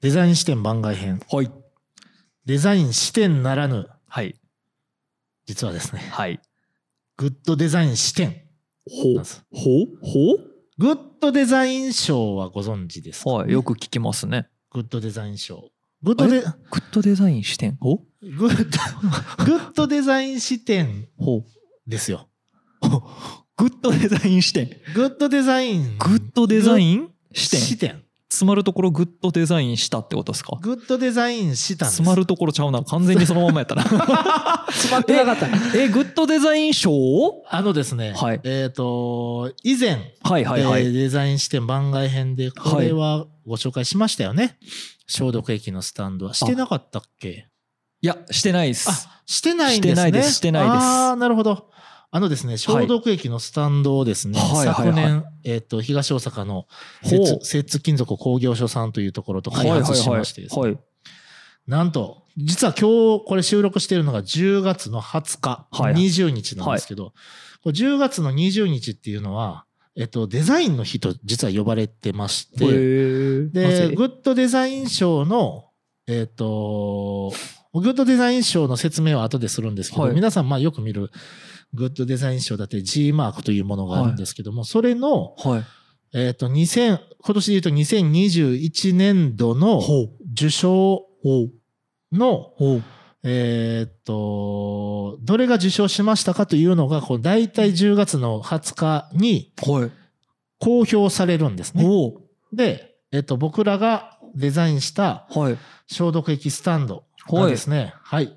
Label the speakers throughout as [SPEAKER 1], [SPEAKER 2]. [SPEAKER 1] デザイン視点番外編。
[SPEAKER 2] はい。
[SPEAKER 1] デザイン視点ならぬ、
[SPEAKER 2] はい。
[SPEAKER 1] 実はですね、
[SPEAKER 2] はい。
[SPEAKER 1] グッドデザイン視点
[SPEAKER 2] ほ
[SPEAKER 1] なんです。
[SPEAKER 2] ほ
[SPEAKER 1] グッドデザイン賞はご存知ですか、
[SPEAKER 2] ほはい。よく聞きますね。
[SPEAKER 1] グッドデザイン賞。グッドデ、
[SPEAKER 2] グッドデザイン視点。ほ
[SPEAKER 1] グッ ド、グッドデザイン視点
[SPEAKER 2] ほ
[SPEAKER 1] ですよ。
[SPEAKER 2] グッドデザイン視点。
[SPEAKER 1] グッドデザイン。
[SPEAKER 2] グッドデザ
[SPEAKER 1] ン
[SPEAKER 2] イン視
[SPEAKER 1] 視
[SPEAKER 2] 点。
[SPEAKER 1] 点。
[SPEAKER 2] 詰まるところグッドデザインしたってことですか
[SPEAKER 1] グッドデザインしたんです。
[SPEAKER 2] 詰まるところちゃうな。完全にそのまんまや ったな。
[SPEAKER 1] 詰まってなかった。
[SPEAKER 2] え、グッドデザイン賞
[SPEAKER 1] あのですね、
[SPEAKER 2] はい
[SPEAKER 1] えっ、と、以前、
[SPEAKER 2] はいはいは
[SPEAKER 1] えー
[SPEAKER 2] い。
[SPEAKER 1] デザイン視点番外編でこれはご紹介しましたよね、消毒液のスタンドはしてなかったっけ
[SPEAKER 2] いや、してないっす。
[SPEAKER 1] あしてないんですね
[SPEAKER 2] してないですしてないです
[SPEAKER 1] ああなるほどあのですね消毒液のスタンドをですね、
[SPEAKER 2] はいはい
[SPEAKER 1] 昨
[SPEAKER 2] はい
[SPEAKER 1] 年、えっと東大阪の
[SPEAKER 2] ほう
[SPEAKER 1] 摂摂津金属工業所さんというところと開発しましてですね
[SPEAKER 2] はい。
[SPEAKER 1] なんと実は今日これ収録しているのが10月の20日、
[SPEAKER 2] はい
[SPEAKER 1] 20日なんですけど、これ10月の20日っていうのは、えっと、デザインの日と実は呼ばれてまして、で、
[SPEAKER 2] で、
[SPEAKER 1] グッドデザイン賞の、えっ、と、グッドデザイン賞の説明は後でするんですけど、
[SPEAKER 2] はい
[SPEAKER 1] 皆さんまあよく見るグッドデザイン賞だって G マークというものがあるんですけども、それの、
[SPEAKER 2] はい。
[SPEAKER 1] えっ、と、2000、今年で言うと2021年度の
[SPEAKER 2] ほう。
[SPEAKER 1] 受賞の、
[SPEAKER 2] ほう。
[SPEAKER 1] えっ、と、どれが受賞しましたかというのが、こう、大体10月の20日に
[SPEAKER 2] はい。
[SPEAKER 1] 公表されるんですね。
[SPEAKER 2] ほ
[SPEAKER 1] で、えっ、と、僕らがデザインした、
[SPEAKER 2] う。はい。
[SPEAKER 1] 消毒液スタンドなんですね。はい。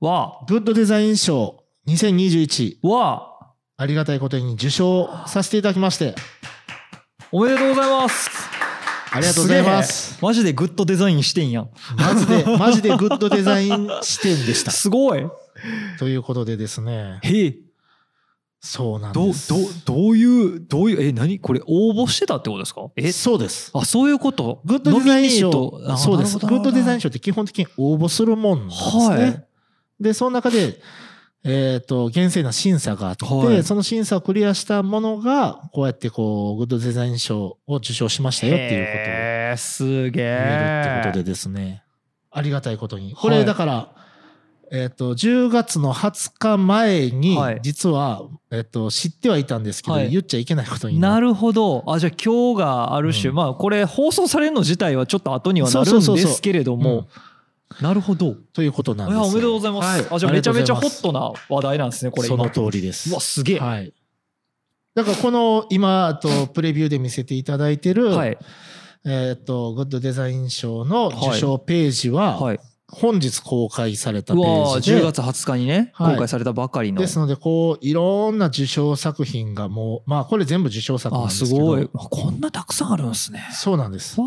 [SPEAKER 2] は、
[SPEAKER 1] グッドデザイン賞2021、
[SPEAKER 2] は、
[SPEAKER 1] ありがたいことに受賞させていただきまして、
[SPEAKER 2] おめでとうございます。
[SPEAKER 1] ありがとうございます。
[SPEAKER 2] げえ。マジでグッドデザインしてんやん。
[SPEAKER 1] マジで、マジでグッドデザイン視点でした。
[SPEAKER 2] すごい。
[SPEAKER 1] ということでですね、
[SPEAKER 2] へえ、
[SPEAKER 1] そうなん
[SPEAKER 2] ど
[SPEAKER 1] で
[SPEAKER 2] う、
[SPEAKER 1] す。
[SPEAKER 2] どう、どういう、どういう、え、何これ応募してたってことですかえ、
[SPEAKER 1] そうです。
[SPEAKER 2] あ、そういうこと
[SPEAKER 1] グッドデザイン
[SPEAKER 2] ノミネート
[SPEAKER 1] 賞、
[SPEAKER 2] あ
[SPEAKER 1] そうです。
[SPEAKER 2] な
[SPEAKER 1] グ
[SPEAKER 2] るほ
[SPEAKER 1] ッ
[SPEAKER 2] ど
[SPEAKER 1] ドデザイン
[SPEAKER 2] なる
[SPEAKER 1] 賞って基本的に応募するもんなんですね。
[SPEAKER 2] はい
[SPEAKER 1] で、その中で、えっ、と、厳正な審査があって、
[SPEAKER 2] はい
[SPEAKER 1] その審査をクリアしたものが、こうやってこう、グッドデザイン賞を受賞しました
[SPEAKER 2] ほど
[SPEAKER 1] よっていうことを
[SPEAKER 2] へえ、すげ
[SPEAKER 1] 見える
[SPEAKER 2] え。
[SPEAKER 1] ってことでですね、ありがたいことに。こ
[SPEAKER 2] は
[SPEAKER 1] れ
[SPEAKER 2] い
[SPEAKER 1] だから、えっ、と、10月の20日前に
[SPEAKER 2] はい、
[SPEAKER 1] 実は、えっ、と、知ってはいたんですけど、
[SPEAKER 2] はい
[SPEAKER 1] 言っちゃいけないことにな
[SPEAKER 2] な
[SPEAKER 1] る。
[SPEAKER 2] るほど。あ、じゃあ今日がある種、
[SPEAKER 1] うん
[SPEAKER 2] まあこれ放送されるの自体はちょっと後にはな
[SPEAKER 1] そう
[SPEAKER 2] る
[SPEAKER 1] んそうそう
[SPEAKER 2] で
[SPEAKER 1] そう
[SPEAKER 2] すけれども、なるほど。
[SPEAKER 1] ということなん
[SPEAKER 2] い
[SPEAKER 1] です
[SPEAKER 2] や、
[SPEAKER 1] よ。
[SPEAKER 2] おめでとうございます。あ、じゃあめちゃめちゃホッ
[SPEAKER 1] ト
[SPEAKER 2] トな話題なんですね、これ
[SPEAKER 1] そ
[SPEAKER 2] 今。
[SPEAKER 1] の
[SPEAKER 2] う
[SPEAKER 1] 通りです。
[SPEAKER 2] わ、すげえ。は
[SPEAKER 1] はい。だからこの今あとプレビューで見せていただいてる、
[SPEAKER 2] い。
[SPEAKER 1] えっ、とグッドデザイン賞の受賞ページは
[SPEAKER 2] はい。
[SPEAKER 1] 本日公開された
[SPEAKER 2] う
[SPEAKER 1] ペ
[SPEAKER 2] わ
[SPEAKER 1] ー
[SPEAKER 2] ー
[SPEAKER 1] ジで、
[SPEAKER 2] 10月20日にね、
[SPEAKER 1] はい
[SPEAKER 2] 公開されたばかりの。
[SPEAKER 1] ですのでこういろんな受賞作品がもうまあこれ全部受賞作なん
[SPEAKER 2] あ、
[SPEAKER 1] です
[SPEAKER 2] す
[SPEAKER 1] けど
[SPEAKER 2] ごい。あこんなたくさんあるんですね。
[SPEAKER 1] そうなんです
[SPEAKER 2] わ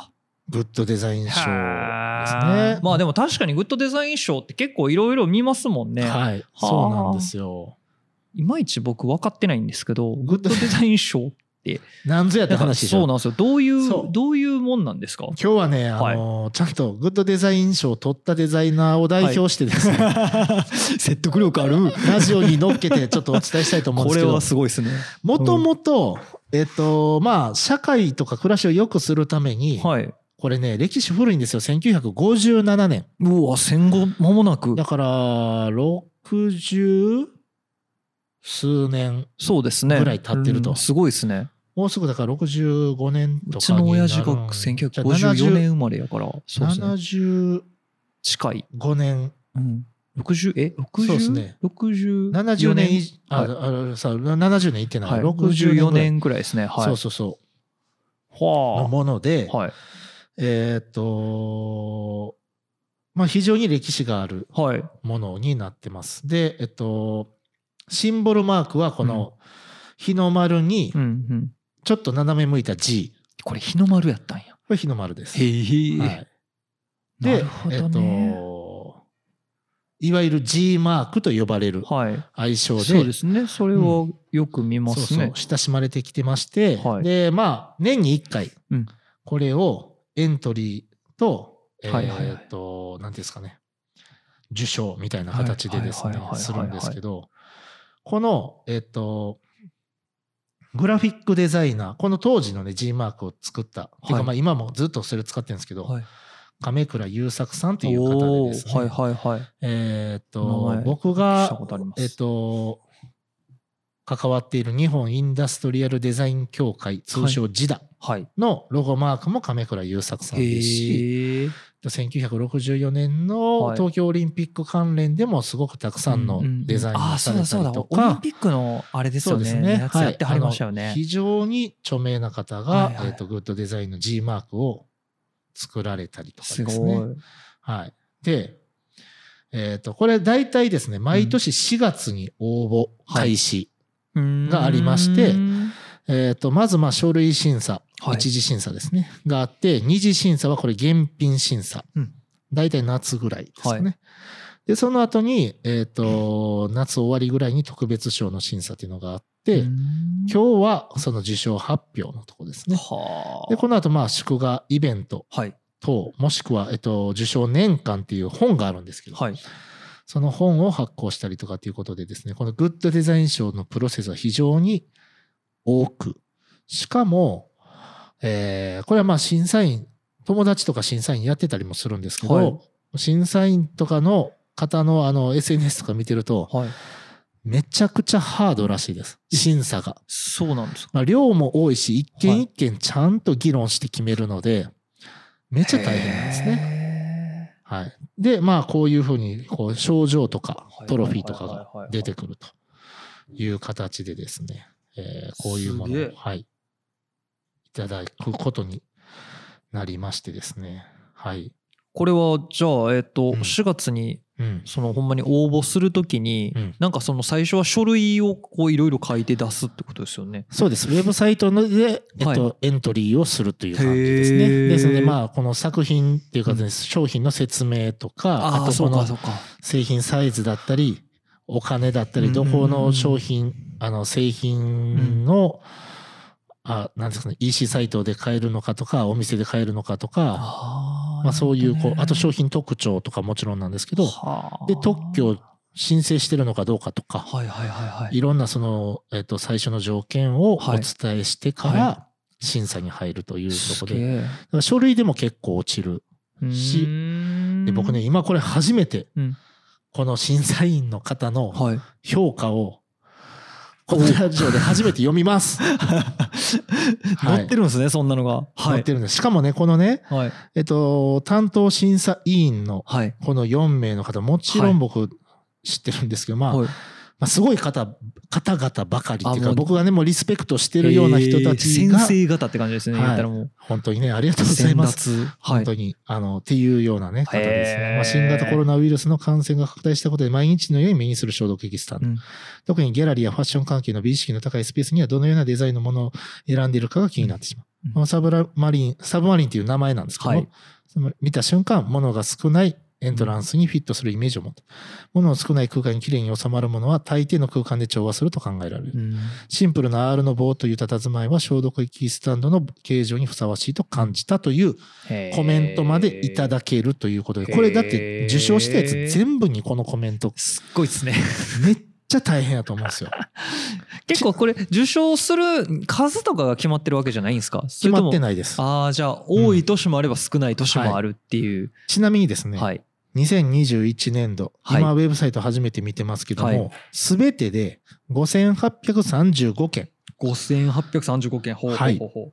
[SPEAKER 2] あ。
[SPEAKER 1] グッドデザイン賞ですね
[SPEAKER 2] はあまあでも確かにグッドデザイン賞って結構いろいろ見ますもんね。
[SPEAKER 1] はいそうなんですよ
[SPEAKER 2] いまいち僕分かってないんです けど、
[SPEAKER 1] グ
[SPEAKER 2] グ
[SPEAKER 1] ッ
[SPEAKER 2] ッ
[SPEAKER 1] ド
[SPEAKER 2] ドデザイン賞って
[SPEAKER 1] なんぞやって
[SPEAKER 2] なんか
[SPEAKER 1] 話でしょ
[SPEAKER 2] そうなんですよ。どうい
[SPEAKER 1] そう
[SPEAKER 2] う、どういうもんな んですか
[SPEAKER 1] 今日はね、あのーちゃんとグッドデザイン賞を取ったデザイナーを代表してですね、
[SPEAKER 2] 説得力ある。
[SPEAKER 1] ラジオに乗っけてちょっとお伝えしたいと思うんで
[SPEAKER 2] こ
[SPEAKER 1] す
[SPEAKER 2] れ
[SPEAKER 1] けど
[SPEAKER 2] は、すごいですね。
[SPEAKER 1] もともと、えっと、まあ、社会とか暮らしを良くするために、
[SPEAKER 2] はい。
[SPEAKER 1] これね、歴史古いんですよ。1957年。
[SPEAKER 2] うわ、戦後間もなく
[SPEAKER 1] だ。から、60数年、
[SPEAKER 2] そうですね。
[SPEAKER 1] ぐらい経ってると
[SPEAKER 2] うんすごいですね。
[SPEAKER 1] もうすぐだから65年
[SPEAKER 2] う
[SPEAKER 1] と
[SPEAKER 2] ち
[SPEAKER 1] かに
[SPEAKER 2] の
[SPEAKER 1] なるん。
[SPEAKER 2] 親父が1954年生まれやから、そうですね。
[SPEAKER 1] 70。
[SPEAKER 2] 近い。
[SPEAKER 1] 75年、
[SPEAKER 2] うん。60、え、60?
[SPEAKER 1] そうですね
[SPEAKER 2] 60
[SPEAKER 1] 70年以あ、
[SPEAKER 2] はい
[SPEAKER 1] あさ、70年いってない。
[SPEAKER 2] はい、
[SPEAKER 1] 64
[SPEAKER 2] 64
[SPEAKER 1] 年
[SPEAKER 2] 年ぐらいですね。はい。
[SPEAKER 1] そうそうそう。
[SPEAKER 2] はあ
[SPEAKER 1] のもので、
[SPEAKER 2] はい。
[SPEAKER 1] えーっと、まあ非常に歴史がある
[SPEAKER 2] はい。
[SPEAKER 1] ものになってます。で、えっと、シンボルマークはこの日の丸に
[SPEAKER 2] うんうん。
[SPEAKER 1] ちょっと斜め向いた G。
[SPEAKER 2] これ日の丸やったんや。
[SPEAKER 1] これ日の丸です。
[SPEAKER 2] へえ。
[SPEAKER 1] はい、
[SPEAKER 2] な
[SPEAKER 1] で
[SPEAKER 2] る、ほ
[SPEAKER 1] えっ
[SPEAKER 2] どね。
[SPEAKER 1] と、いわゆる G マークと呼ばれる
[SPEAKER 2] はい。
[SPEAKER 1] 愛称で、
[SPEAKER 2] そうですね。それはよく見ま
[SPEAKER 1] そう
[SPEAKER 2] す
[SPEAKER 1] そう
[SPEAKER 2] ね。
[SPEAKER 1] 親しまれてきてまして、
[SPEAKER 2] はい
[SPEAKER 1] で、まあ、年に1回
[SPEAKER 2] うん、
[SPEAKER 1] これをエントリーと、え
[SPEAKER 2] はいはいはい
[SPEAKER 1] ーっと、なんていうんですかね、受賞みたいな形でです
[SPEAKER 2] は
[SPEAKER 1] ね
[SPEAKER 2] いはいはいはいは、い
[SPEAKER 1] するんですけど、この、えーっと、グラフィックデザイナー、この当時のね、G マークを作った、てい
[SPEAKER 2] は
[SPEAKER 1] うか
[SPEAKER 2] い
[SPEAKER 1] まあ今もずっとそれ使ってるんですけど、
[SPEAKER 2] はい。
[SPEAKER 1] 亀倉優作さんという方
[SPEAKER 2] お
[SPEAKER 1] で
[SPEAKER 2] お
[SPEAKER 1] ですね、
[SPEAKER 2] ーはいはいはい。
[SPEAKER 1] えーっ
[SPEAKER 2] 名
[SPEAKER 1] と
[SPEAKER 2] 前、
[SPEAKER 1] 僕
[SPEAKER 2] し
[SPEAKER 1] が
[SPEAKER 2] たこ、とあります。
[SPEAKER 1] えっと、関わっている日本インダストリアルデザイン協会、通称 JIDA
[SPEAKER 2] はい。
[SPEAKER 1] のロゴマークも亀倉優作さんですし、
[SPEAKER 2] へえ。
[SPEAKER 1] 1964年
[SPEAKER 2] は
[SPEAKER 1] の
[SPEAKER 2] い
[SPEAKER 1] 東京オリンピック関連でもすごくたくさんの
[SPEAKER 2] うんうんうん
[SPEAKER 1] デザイン
[SPEAKER 2] あ
[SPEAKER 1] を
[SPEAKER 2] ー
[SPEAKER 1] さ
[SPEAKER 2] そう
[SPEAKER 1] れ
[SPEAKER 2] だそう
[SPEAKER 1] た
[SPEAKER 2] だ
[SPEAKER 1] りと
[SPEAKER 2] オリン
[SPEAKER 1] か
[SPEAKER 2] ピ、ックのあれです
[SPEAKER 1] そ
[SPEAKER 2] よ
[SPEAKER 1] う
[SPEAKER 2] ね
[SPEAKER 1] ですね。
[SPEAKER 2] やつやってはりましたよね、
[SPEAKER 1] あの非常に著名な方が、
[SPEAKER 2] はいはい
[SPEAKER 1] えっと、グッドデザインの G マークを作られたりとか
[SPEAKER 2] す
[SPEAKER 1] で
[SPEAKER 2] ごい
[SPEAKER 1] すね。はい。で、えっ、と、これ大体ですね、毎年4月に応募開始。
[SPEAKER 2] うーん
[SPEAKER 1] がありましてえっ、と、まず、まあ、書類審査、
[SPEAKER 2] はい
[SPEAKER 1] 一次審査ですね、があって、二次審査はこれ、原品審査。
[SPEAKER 2] うん
[SPEAKER 1] 大体夏ぐらいですね。
[SPEAKER 2] は
[SPEAKER 1] で、その後に、えっ、と、夏終わりぐらいに特別賞の審査っていうのがあって、
[SPEAKER 2] うーん
[SPEAKER 1] 今日はその受賞発表のとこですね。
[SPEAKER 2] はあ
[SPEAKER 1] で、この後、まあ、祝賀イベント
[SPEAKER 2] はい
[SPEAKER 1] 等、もしくは、えっ、と、受賞年間っていう本があるんですけど、
[SPEAKER 2] はい
[SPEAKER 1] その本を発行したりとかということでですね、このグッドデザイン賞のプロセスは非常に多く、しかも、えーこれはまあ審査員、友達とか審査員やってたりもするんですけど、
[SPEAKER 2] はい
[SPEAKER 1] 審査員とかの方のあの SNS とか見てると、
[SPEAKER 2] はい
[SPEAKER 1] めちゃくちゃハードらしいです、審査が。
[SPEAKER 2] そうなんですか
[SPEAKER 1] まあ、量も多いし、一件一件ちゃんと議論して決めるので、めっちゃ大変なんですね。
[SPEAKER 2] ね
[SPEAKER 1] はい。で、まあ、こういうふうに、こう、賞状とか、トロフィーとかが出てくるという形でですね、えーこういうも
[SPEAKER 2] すげ
[SPEAKER 1] の
[SPEAKER 2] え
[SPEAKER 1] を、はい、いただくことになりましてですね、はい。
[SPEAKER 2] これはじゃあえっ、
[SPEAKER 1] う
[SPEAKER 2] と、
[SPEAKER 1] ん
[SPEAKER 2] 4月に
[SPEAKER 1] うん。
[SPEAKER 2] そのほんまに応募するときに、
[SPEAKER 1] うん
[SPEAKER 2] なんかその最初は書類をこういろいろ書いて出すってことですよね
[SPEAKER 1] そうです。ウェブサイトので、えっと、
[SPEAKER 2] は
[SPEAKER 1] エントリーをするという感じです
[SPEAKER 2] へ
[SPEAKER 1] ね。
[SPEAKER 2] ー
[SPEAKER 1] ですので、まあ、この作品っていうか、
[SPEAKER 2] うん
[SPEAKER 1] 商品の説明とか、
[SPEAKER 2] あ
[SPEAKER 1] あ
[SPEAKER 2] あ
[SPEAKER 1] と
[SPEAKER 2] そ
[SPEAKER 1] こ
[SPEAKER 2] う
[SPEAKER 1] の
[SPEAKER 2] かそうか
[SPEAKER 1] 製品サイズだったりお金だった
[SPEAKER 2] う
[SPEAKER 1] り
[SPEAKER 2] ん
[SPEAKER 1] どこの商品あの製品の、あなんですかね EC サイトで買えるのかとかお店で買えるのかとか
[SPEAKER 2] あー
[SPEAKER 1] まあ、そういうこうあと商
[SPEAKER 2] 品
[SPEAKER 1] 品特徴とかもちろんなんですけどで特許を申請してるのかどうかとか
[SPEAKER 2] はいはいはいはい
[SPEAKER 1] いろんなその、えっと最初の条件をお
[SPEAKER 2] はい
[SPEAKER 1] 伝えしてか
[SPEAKER 2] は
[SPEAKER 1] ら審査に入るというとこ
[SPEAKER 2] す
[SPEAKER 1] ろで、
[SPEAKER 2] げ
[SPEAKER 1] だ
[SPEAKER 2] え
[SPEAKER 1] から書類でも結構落ちるし
[SPEAKER 2] うーん
[SPEAKER 1] で僕ね今これ初めて
[SPEAKER 2] うん
[SPEAKER 1] この審査員の方の、
[SPEAKER 2] はい
[SPEAKER 1] 評価を、このラジオで初めて読みます。 はい
[SPEAKER 2] 乗ってるんですねそんなのがは
[SPEAKER 1] 載
[SPEAKER 2] い
[SPEAKER 1] ってるんです。しかもね、このね、
[SPEAKER 2] はい
[SPEAKER 1] えっと、担当審査委員の
[SPEAKER 2] はい
[SPEAKER 1] この4名の方、もちろん僕知ってるんですけど、まあ、ま
[SPEAKER 2] はい
[SPEAKER 1] あすごい方、方々ばかりっていう
[SPEAKER 2] あも
[SPEAKER 1] か、
[SPEAKER 2] う
[SPEAKER 1] 僕がね、もうリスペクトしてるような人たちが
[SPEAKER 2] えー、先生方って感じですね
[SPEAKER 1] はい
[SPEAKER 2] 言ったらもう
[SPEAKER 1] 本当にね、ありがとうござ
[SPEAKER 2] 先
[SPEAKER 1] います。
[SPEAKER 2] 達は
[SPEAKER 1] 本
[SPEAKER 2] い
[SPEAKER 1] 当に、あの、っていうようなね、方です
[SPEAKER 2] へ
[SPEAKER 1] ね
[SPEAKER 2] ー。
[SPEAKER 1] まあ、新型コロナウイルスの感染が拡大したことで、毎日のように目にする消毒液スタンド
[SPEAKER 2] うん
[SPEAKER 1] 特にギャラリーやファッション関係の美意識の高いスペースにはどのようなデザインのものを選んでいるかが気になってしまう。
[SPEAKER 2] うん
[SPEAKER 1] このサブラマリン、サブマリンという名前なんですけども、
[SPEAKER 2] はい
[SPEAKER 1] その見た瞬間、物が少ないエントランスにフィットするイメージを持った。物の少ない空間にきれいに収まるものは大抵の空間で調和すると考えられる。
[SPEAKER 2] うん
[SPEAKER 1] シンプルな R の棒という佇まいは消毒液スタンドの形状にふさわしいと感じたというコメントまでいただけるということで、これだって受賞したやつ全部にこのコメント、
[SPEAKER 2] すっごいですね
[SPEAKER 1] めっちゃ大変やと思うんですよ。
[SPEAKER 2] 結構これ受賞する数とかが決まってるわけじゃないんですか
[SPEAKER 1] 決まって
[SPEAKER 2] い
[SPEAKER 1] ないです。
[SPEAKER 2] ああじゃあ多い年もあれば少ない年もあるっていう、
[SPEAKER 1] ちなみにですね、
[SPEAKER 2] はい
[SPEAKER 1] 2021年度、
[SPEAKER 2] はい
[SPEAKER 1] 今ウェブサイト初めて見てますけど
[SPEAKER 2] はい
[SPEAKER 1] も、すべ、てで5835件。
[SPEAKER 2] 5835件ほうほうほうほ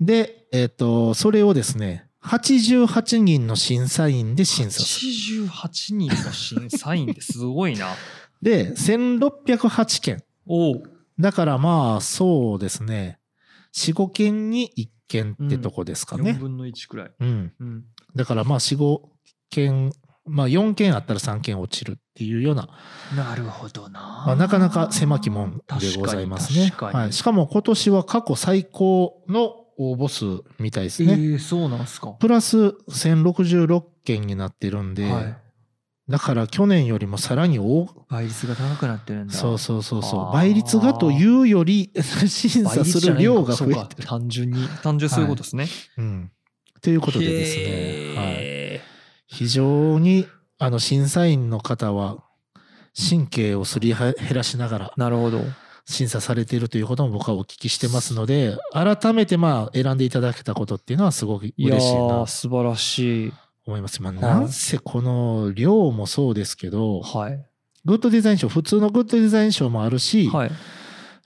[SPEAKER 1] で、えっ、と、それをですね、88人の審査員で審
[SPEAKER 2] う、
[SPEAKER 1] 査する。
[SPEAKER 2] 88人の審査員ってすごい な
[SPEAKER 1] で、1608件。
[SPEAKER 2] おお
[SPEAKER 1] だからまあ、そうですね、4、5件に1件ってとこですか
[SPEAKER 2] 4
[SPEAKER 1] ね。
[SPEAKER 2] 分の1くらい、
[SPEAKER 1] うん。
[SPEAKER 2] うん、
[SPEAKER 1] だからまあ、4、5件、まあ4件あったら3件落ちるっていうような
[SPEAKER 2] なるほどな、
[SPEAKER 1] まあ、なかなか狭き門でございますね。
[SPEAKER 2] 確かに確かに
[SPEAKER 1] はい、しかも今年は過去最高の応募数みたいです
[SPEAKER 2] え
[SPEAKER 1] ね。
[SPEAKER 2] えそうなんすか
[SPEAKER 1] プラス1066件になってるんで、
[SPEAKER 2] はい
[SPEAKER 1] だから去年よりもさらに多
[SPEAKER 2] 倍率が高くなってるんだ
[SPEAKER 1] そうそうそうそ
[SPEAKER 2] あー
[SPEAKER 1] う倍率がというより審査する量が増えて
[SPEAKER 2] 倍率じゃないのかそう
[SPEAKER 1] る
[SPEAKER 2] か。単純に単純にそういうことですね、
[SPEAKER 1] うん、ということでですね、はい、非常にあの審査員の方は神経をすり減らしながら
[SPEAKER 2] なるほど
[SPEAKER 1] 審査されているということも僕はお聞きしてますので、改めてまあ選んでいただけたことっていうのはすごく
[SPEAKER 2] いや
[SPEAKER 1] 嬉しいな
[SPEAKER 2] ー、素晴らしい。
[SPEAKER 1] 思います。まあ、なんせこの量もそうですけど、
[SPEAKER 2] はい。
[SPEAKER 1] グッドデザイン賞、普通のグッドデザイン賞もあるし、
[SPEAKER 2] はい。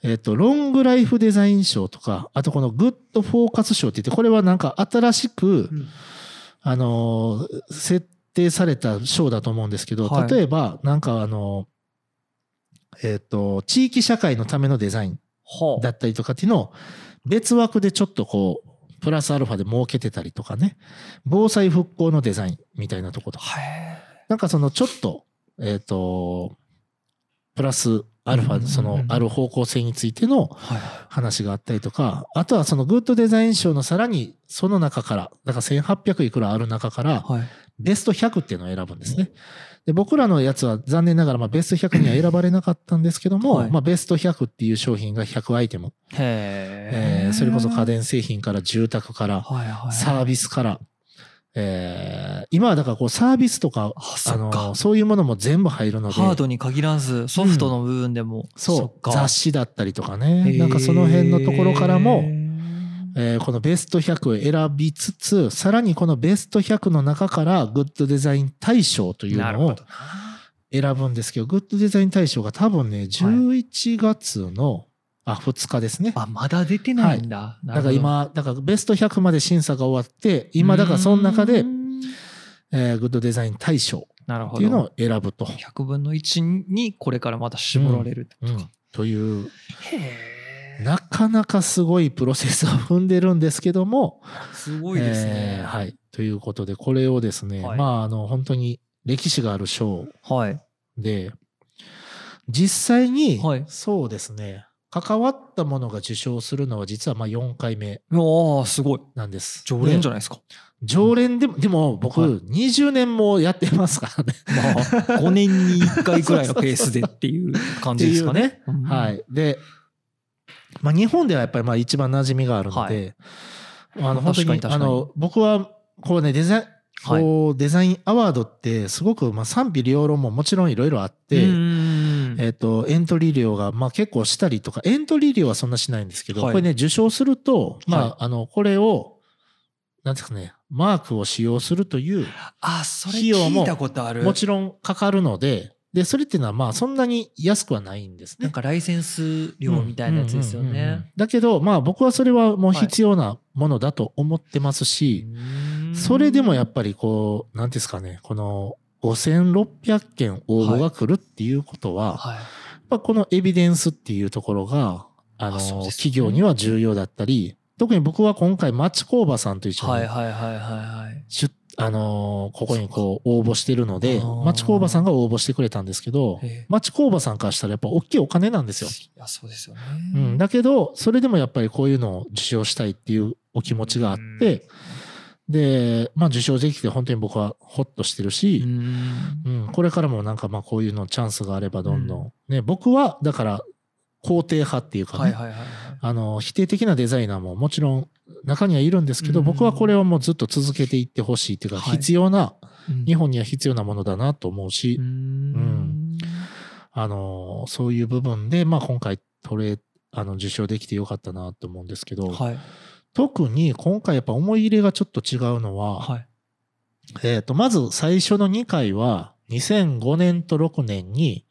[SPEAKER 1] えっと、ロングライフデザイン賞とか、あとこのグッドフォーカス賞って言って、これはなんか新しく、あのー、設定された賞だと思うんですけど、
[SPEAKER 2] はい
[SPEAKER 1] 例えば、なんかあのー、えっと、地域社会のためのデザイン
[SPEAKER 2] は
[SPEAKER 1] だったりとかっていうのを、別枠でちょっとこう、プラスアルファで設けてたりとかね、防災復興のデザインみたいなとことか
[SPEAKER 2] あ。はい。
[SPEAKER 1] なんかそのちょっと、えっ、と、プラスアルフ
[SPEAKER 2] うんうん
[SPEAKER 1] ァ、
[SPEAKER 2] うん
[SPEAKER 1] そのある方向性についての
[SPEAKER 2] は
[SPEAKER 1] 話があったりとか、あとはそのグッドデザイン賞のさらにその中から、だから1800いくらある中から、
[SPEAKER 2] い。はい。
[SPEAKER 1] ベスト100っていうのを選ぶんですね。で、僕らのやつは残念ながら、まあベスト100には選ばれなかったんですけども、
[SPEAKER 2] はい
[SPEAKER 1] まあベスト100っていう商品が100アイテム、
[SPEAKER 2] へ
[SPEAKER 1] えーそれこそ家
[SPEAKER 2] で。
[SPEAKER 1] 電製品から住宅から、
[SPEAKER 2] はいはい。
[SPEAKER 1] サービスから、えー今はだからこうサービスとか
[SPEAKER 2] あ、
[SPEAKER 1] あ
[SPEAKER 2] そっか
[SPEAKER 1] の。そういうものも全部入るので
[SPEAKER 2] ハードに限らず、ソフトの部分でも。そ
[SPEAKER 1] そ
[SPEAKER 2] っ
[SPEAKER 1] う
[SPEAKER 2] か
[SPEAKER 1] 雑誌だったりとかねなんかその辺のところから
[SPEAKER 2] へ
[SPEAKER 1] も、
[SPEAKER 2] ー
[SPEAKER 1] えーこのベスト100を選びつつさらにこのベスト100の中からグッドデザイン大賞という
[SPEAKER 2] なる
[SPEAKER 1] の
[SPEAKER 2] ほ
[SPEAKER 1] を
[SPEAKER 2] どな。
[SPEAKER 1] 選ぶんですけどグッドデザイン大賞が多分ね11月の、あ2日ですね。
[SPEAKER 2] あ、まだ出てないんだ。
[SPEAKER 1] だから
[SPEAKER 2] なるほど、
[SPEAKER 1] 今だからベスト100まで審査が終わって今だからその中
[SPEAKER 2] う
[SPEAKER 1] で
[SPEAKER 2] ー、ん
[SPEAKER 1] えーグッドデザイン大賞
[SPEAKER 2] なる
[SPEAKER 1] っ
[SPEAKER 2] ほ
[SPEAKER 1] ていうの
[SPEAKER 2] ど。
[SPEAKER 1] を選ぶと。
[SPEAKER 2] 100分の1にこれからまた絞られるってこ
[SPEAKER 1] う
[SPEAKER 2] とか。
[SPEAKER 1] ん、という
[SPEAKER 2] へ
[SPEAKER 1] なかなかすごいプロセスを踏んでるんですけども、
[SPEAKER 2] ーすごいです
[SPEAKER 1] えー
[SPEAKER 2] ね。
[SPEAKER 1] はい。ということで、これをですね、
[SPEAKER 2] はい
[SPEAKER 1] まあ、あの、本当に歴史がある賞
[SPEAKER 2] はい。
[SPEAKER 1] で、実際に、
[SPEAKER 2] はい
[SPEAKER 1] そうですね、関わったものが受賞するのは実はまあ4回目
[SPEAKER 2] ああ、すごい。
[SPEAKER 1] なんです。
[SPEAKER 2] 常連じゃ
[SPEAKER 1] で
[SPEAKER 2] ないですか。
[SPEAKER 1] 常連でも、でも僕、
[SPEAKER 2] はい
[SPEAKER 1] 20年もやってますからね。
[SPEAKER 2] まあ、5年に1回くらいのペースでっていう感じですかね。
[SPEAKER 1] は。い。で、まあ、日本ではやっぱりまあ一番馴染みがあるので、あの
[SPEAKER 2] まあ
[SPEAKER 1] 本当に
[SPEAKER 2] 確かに確かに
[SPEAKER 1] あの僕はこうねデザイン、
[SPEAKER 2] はい
[SPEAKER 1] こうデザインアワードってすごくまあ賛否両論ももちろんいろいろあって、
[SPEAKER 2] で、うん
[SPEAKER 1] えっとエントリー料がまあ結構したりとかエントリー料はそんなしないんですけど、
[SPEAKER 2] はい
[SPEAKER 1] これね受賞すると、まあ
[SPEAKER 2] はい
[SPEAKER 1] あのこれをなんていうかねマークを使用するという
[SPEAKER 2] あ、それ
[SPEAKER 1] 費用も
[SPEAKER 2] 聞いたことある。
[SPEAKER 1] もちろんかかるのででそれっていうのはまあそんなに安くはないんですね
[SPEAKER 2] なん。かライセンス料みたいなやつですよ
[SPEAKER 1] うんうんうんうん
[SPEAKER 2] ね。。
[SPEAKER 1] だけど、まあ僕はそれはもう必要なものだと思ってますし、それでもや
[SPEAKER 2] っ
[SPEAKER 1] っぱりこう、なんていうんですかね、この5600件応募が来るっていうことは、
[SPEAKER 2] はい。
[SPEAKER 1] やっぱこのエビデンスっていうところが、あの、
[SPEAKER 2] あそうです
[SPEAKER 1] 企
[SPEAKER 2] ね
[SPEAKER 1] 業には重要だったり、特に僕は今回町工場さんと一緒に、
[SPEAKER 2] はいはいはいはいはい。
[SPEAKER 1] 出あのーここにこう応募してるので
[SPEAKER 2] あー
[SPEAKER 1] 町工場さんが応募してくれたんですけど
[SPEAKER 2] ええ
[SPEAKER 1] 町工場さんからしたらやっぱ大きいお金なんですよ。
[SPEAKER 2] いや、そうですよね。
[SPEAKER 1] うん、だけどそれでもやっぱりこういうのを受賞したいっていうお気持ちがあって、で、まあ、受賞できて本当に僕はホッとしてる
[SPEAKER 2] う
[SPEAKER 1] し、
[SPEAKER 2] ん
[SPEAKER 1] うんこれからもなんかまあこういうのチャンスがあればどんどん、
[SPEAKER 2] う
[SPEAKER 1] ね、僕はだから肯定派っていうかね、
[SPEAKER 2] はいはいはいはい。
[SPEAKER 1] あの否定的なデザイナーももちろん中にはいるんですけど、
[SPEAKER 2] うん
[SPEAKER 1] 僕はこれをもうずっと続けていってほしいっていうか、
[SPEAKER 2] はい
[SPEAKER 1] 必要な
[SPEAKER 2] うん
[SPEAKER 1] 日本には必要なものだなと思うし、
[SPEAKER 2] うん
[SPEAKER 1] あのそういう部分で、まあ、今回取れあの受賞できてよかったなと思うんですけど、
[SPEAKER 2] はい
[SPEAKER 1] 特に今回やっぱ思い入れがちょっと違うのは、
[SPEAKER 2] はい。
[SPEAKER 1] えっ、と、まず最初の2回は、2005年と6年に、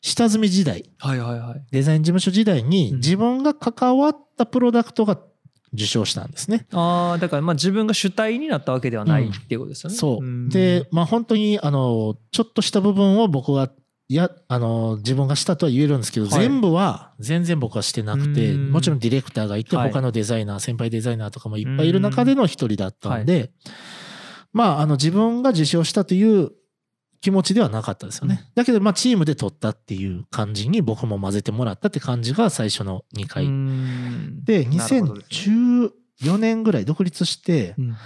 [SPEAKER 1] 下積み時代、
[SPEAKER 2] はいはいはい。
[SPEAKER 1] デザイン事務所時代に
[SPEAKER 2] うん
[SPEAKER 1] 自分が関わったプロダクトが受賞したんですね。
[SPEAKER 2] ああ、だからまあ自分が主体になったわけではないっていうことですよね。
[SPEAKER 1] そうう。
[SPEAKER 2] ん
[SPEAKER 1] で、、まあ本当に、あの、ちょっとした部分を僕は、や、あの、自分がしたとは言えるんですけど、
[SPEAKER 2] はい
[SPEAKER 1] 全部は、全然僕はしてなくて、
[SPEAKER 2] うん
[SPEAKER 1] もちろんディレクターがいて、
[SPEAKER 2] はい
[SPEAKER 1] 他のデザイナー、先輩デザイナーとかもいっぱいいる中での一人だったんで、まあ、あの、自分が受賞したという気持ちではなかったですよね。だけど、まあ、チームで取ったっていう感じに僕も混ぜてもらったって感じが最初の2回。
[SPEAKER 2] うん
[SPEAKER 1] で、
[SPEAKER 2] なるほどですね
[SPEAKER 1] 2014年ぐらい独立して、
[SPEAKER 2] うん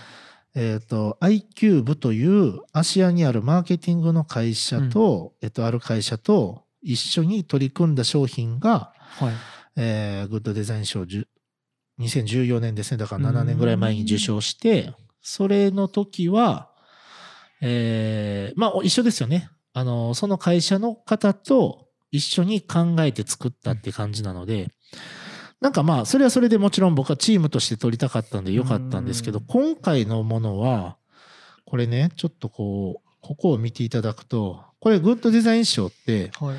[SPEAKER 1] えっ、と、iCube という芦屋にあるマーケティングの会社と、えっと、ある会社と一緒に取り組んだ商品が、
[SPEAKER 2] はい。
[SPEAKER 1] えーグッドデザイン賞10 2014年ですね。だから7年ぐらい前に受賞して、それの時は、えーまあ、お一緒ですよね。あの、その会社の方と、一緒に考えて作ったって感じなので、なんかまあ、それはそれでもちろん僕はチームとして撮りたかったんでよかったんですけど、
[SPEAKER 2] うん
[SPEAKER 1] 今回のものは、これね、ちょっとこう、ここを見ていただくと、これ、グッドデザイン賞って、
[SPEAKER 2] はい。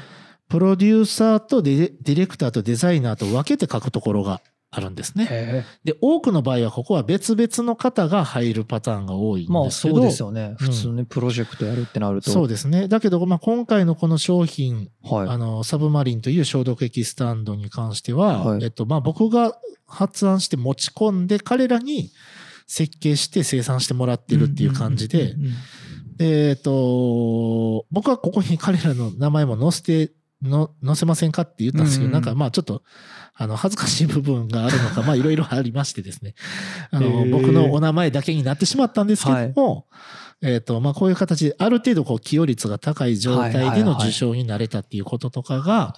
[SPEAKER 1] プロデューサーとディディレクターとデザイナーと分けて書くところがあるんですね。
[SPEAKER 2] へ
[SPEAKER 1] で、多くの場合はここは別々の方が入るパターンが多いんですけど、
[SPEAKER 2] まあそうですよね。
[SPEAKER 1] うん
[SPEAKER 2] 普通にプロジェクトやるってなると。
[SPEAKER 1] そうですね。だけど、まあ、今回のこの商品、
[SPEAKER 2] はい。
[SPEAKER 1] あの、サブマリンという消毒液スタンドに関しては、
[SPEAKER 2] はい
[SPEAKER 1] えっと、まあ、僕が発案して持ち込んで、彼らに設計して生産してもらってるっていう感じで
[SPEAKER 2] う、んうんうんうん
[SPEAKER 1] でえっと、僕はここに彼らの名前も載せて、の載せませんかって言ったんですけど、
[SPEAKER 2] うん
[SPEAKER 1] なんかまあちょっと、あの、恥ずかしい部分があるの か、まあいろいろありましてですね。あ
[SPEAKER 2] へ
[SPEAKER 1] の、
[SPEAKER 2] ー
[SPEAKER 1] 僕のお名前だけになってしまったんですけども、えっと、まあこういう形で、ある程度こう、寄与率が高い状態での受賞になれたっていうこととかが、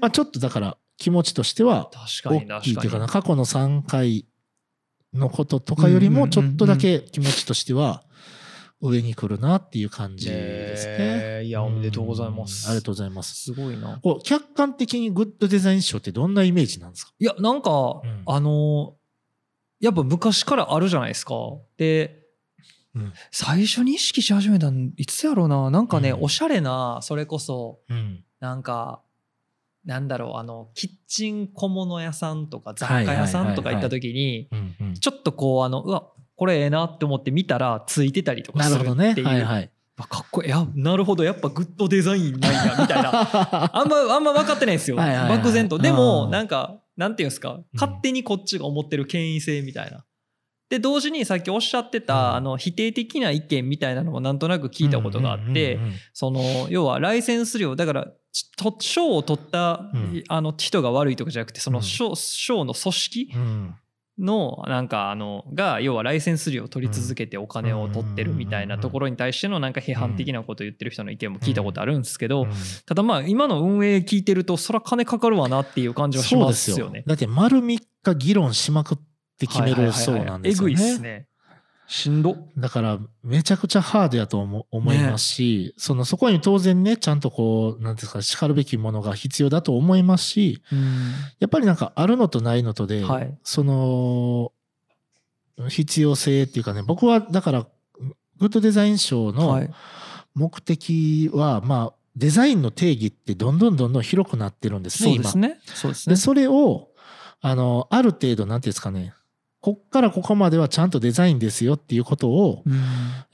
[SPEAKER 1] まあちょっとだから気持ちとしては
[SPEAKER 2] 確か
[SPEAKER 1] 大
[SPEAKER 2] に確か
[SPEAKER 1] き
[SPEAKER 2] に。
[SPEAKER 1] いというかな、過去の3回のこととかよりも、ちょっとだけ気持ちとしては上に来るなっていう感じですね。
[SPEAKER 2] えーいや、おめでとうございます。
[SPEAKER 1] んありがとう
[SPEAKER 2] う
[SPEAKER 1] ございます。
[SPEAKER 2] すごいな。
[SPEAKER 1] こう客観的にグッドデザイン賞ってどんなイメージなんですか
[SPEAKER 2] いや、なんか、
[SPEAKER 1] うん
[SPEAKER 2] あの、やっぱ昔からあるじゃないですか。で、
[SPEAKER 1] うん
[SPEAKER 2] 最初に意識し始めたのいつやろうな。なんかね、
[SPEAKER 1] うん
[SPEAKER 2] おしゃれな、それこそ、
[SPEAKER 1] うん。
[SPEAKER 2] なんか、なんだろう、あの、キッチン小物屋さんとか雑貨屋さんとか行った時に、
[SPEAKER 1] うんうん
[SPEAKER 2] ちょっとこう、あの、うわ、これええなって思って見たら、ついてたりとか
[SPEAKER 1] な
[SPEAKER 2] す
[SPEAKER 1] る
[SPEAKER 2] る
[SPEAKER 1] ほど
[SPEAKER 2] っ
[SPEAKER 1] ね
[SPEAKER 2] て。いう。
[SPEAKER 1] はいはい。
[SPEAKER 2] あかっこいい。いや、なるほど。やっぱグッドデザインなんや、みたいな。あんま、あんま分かってないですよ。
[SPEAKER 1] はいはいはい
[SPEAKER 2] 漠然と。で
[SPEAKER 1] う
[SPEAKER 2] も、
[SPEAKER 1] ん
[SPEAKER 2] なんか、なんていうんですか、勝手にこっちが思ってる権威性みたいな。で、同時にさっきおっしゃって
[SPEAKER 1] うん
[SPEAKER 2] た、あの、否定的な意見みたいなのもなんとなく聞いたことがあっ
[SPEAKER 1] う
[SPEAKER 2] て
[SPEAKER 1] んう、んうんうん
[SPEAKER 2] その、要はライセンス料、だから、ちと賞を取った
[SPEAKER 1] うん、
[SPEAKER 2] あの、人が悪いとかじゃなくて、そ
[SPEAKER 1] うん
[SPEAKER 2] の賞、賞の組織
[SPEAKER 1] うん
[SPEAKER 2] の、なんか、あの、が、要はライセンス料を取り続けてお金を取ってるみたいなところに対しての、なんか批判的なことを言ってる人の意見も聞いたことあるんですけど、ただまあ今の運営聞いてるとそら金かかるわなっていう感じはし
[SPEAKER 1] そう
[SPEAKER 2] ま
[SPEAKER 1] です
[SPEAKER 2] すよ
[SPEAKER 1] よ
[SPEAKER 2] ね。。
[SPEAKER 1] だって丸3日議論しまくって決めるそうなんですよ
[SPEAKER 2] はいはいはいはいえぐいっすね。しんど。
[SPEAKER 1] だから、めちゃくちゃハードやと思思いますし、その、そこに当然ね、ちゃんとこう、なんていうんですか、叱るべきものが必要だと思いますし、やっぱりなんか、あるのとないのとで、
[SPEAKER 2] はい。
[SPEAKER 1] その、必要性っていうかね、僕は、だから、グッドデザイン賞
[SPEAKER 2] は
[SPEAKER 1] の
[SPEAKER 2] い。
[SPEAKER 1] 目的は、まあ、デザインの定義ってどんどんどんどん広くなってるんですね、
[SPEAKER 2] そうで
[SPEAKER 1] 今
[SPEAKER 2] す。ね。そうです
[SPEAKER 1] で、
[SPEAKER 2] ね。
[SPEAKER 1] それを、あの、ある程度、なんていうんですかね、こっからここまではちゃんとデザインですよっていうことを、
[SPEAKER 2] うん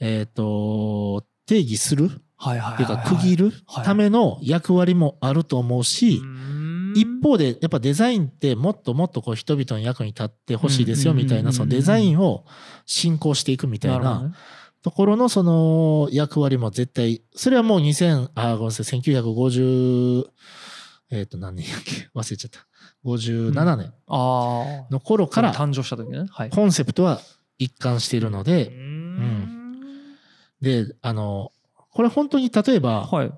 [SPEAKER 1] えっ、と、定義する
[SPEAKER 2] はいはい
[SPEAKER 1] っていう
[SPEAKER 2] はい
[SPEAKER 1] か
[SPEAKER 2] はい。
[SPEAKER 1] 区切る
[SPEAKER 2] はい
[SPEAKER 1] ための役割もあると思うし、
[SPEAKER 2] うん
[SPEAKER 1] 一方でやっぱデザインってもっともっとこう人々の役に立ってほしいですよみたい
[SPEAKER 2] うんうんうんう
[SPEAKER 1] な、
[SPEAKER 2] ん
[SPEAKER 1] そのデザインを進行していくみたい
[SPEAKER 2] るほど
[SPEAKER 1] な
[SPEAKER 2] ね
[SPEAKER 1] ところのその役割も絶対、それはもう2000、あ、ごめんなさい、1950、えっ、と何年やっけ忘れちゃった。57年
[SPEAKER 2] ああ。
[SPEAKER 1] の頃から
[SPEAKER 2] 誕生した時ね。はい。
[SPEAKER 1] コンセプトは一貫しているの
[SPEAKER 2] う
[SPEAKER 1] で、
[SPEAKER 2] ん
[SPEAKER 1] で、あの、これ本当に例えば、
[SPEAKER 2] はい。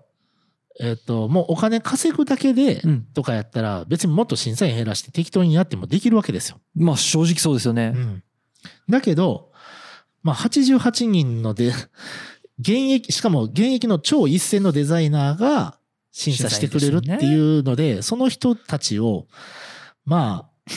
[SPEAKER 1] えっと、もうお金稼ぐだけで
[SPEAKER 2] うん
[SPEAKER 1] とかやったら、別にもっと審査員減らして適当にやってもできるわけですよ。
[SPEAKER 2] まあ正直そうですよね。
[SPEAKER 1] だけど、まあ、88人ので、現役、しかも現役の超一線のデザイナーが審査してくれるっていうので、その人たちを、まあ、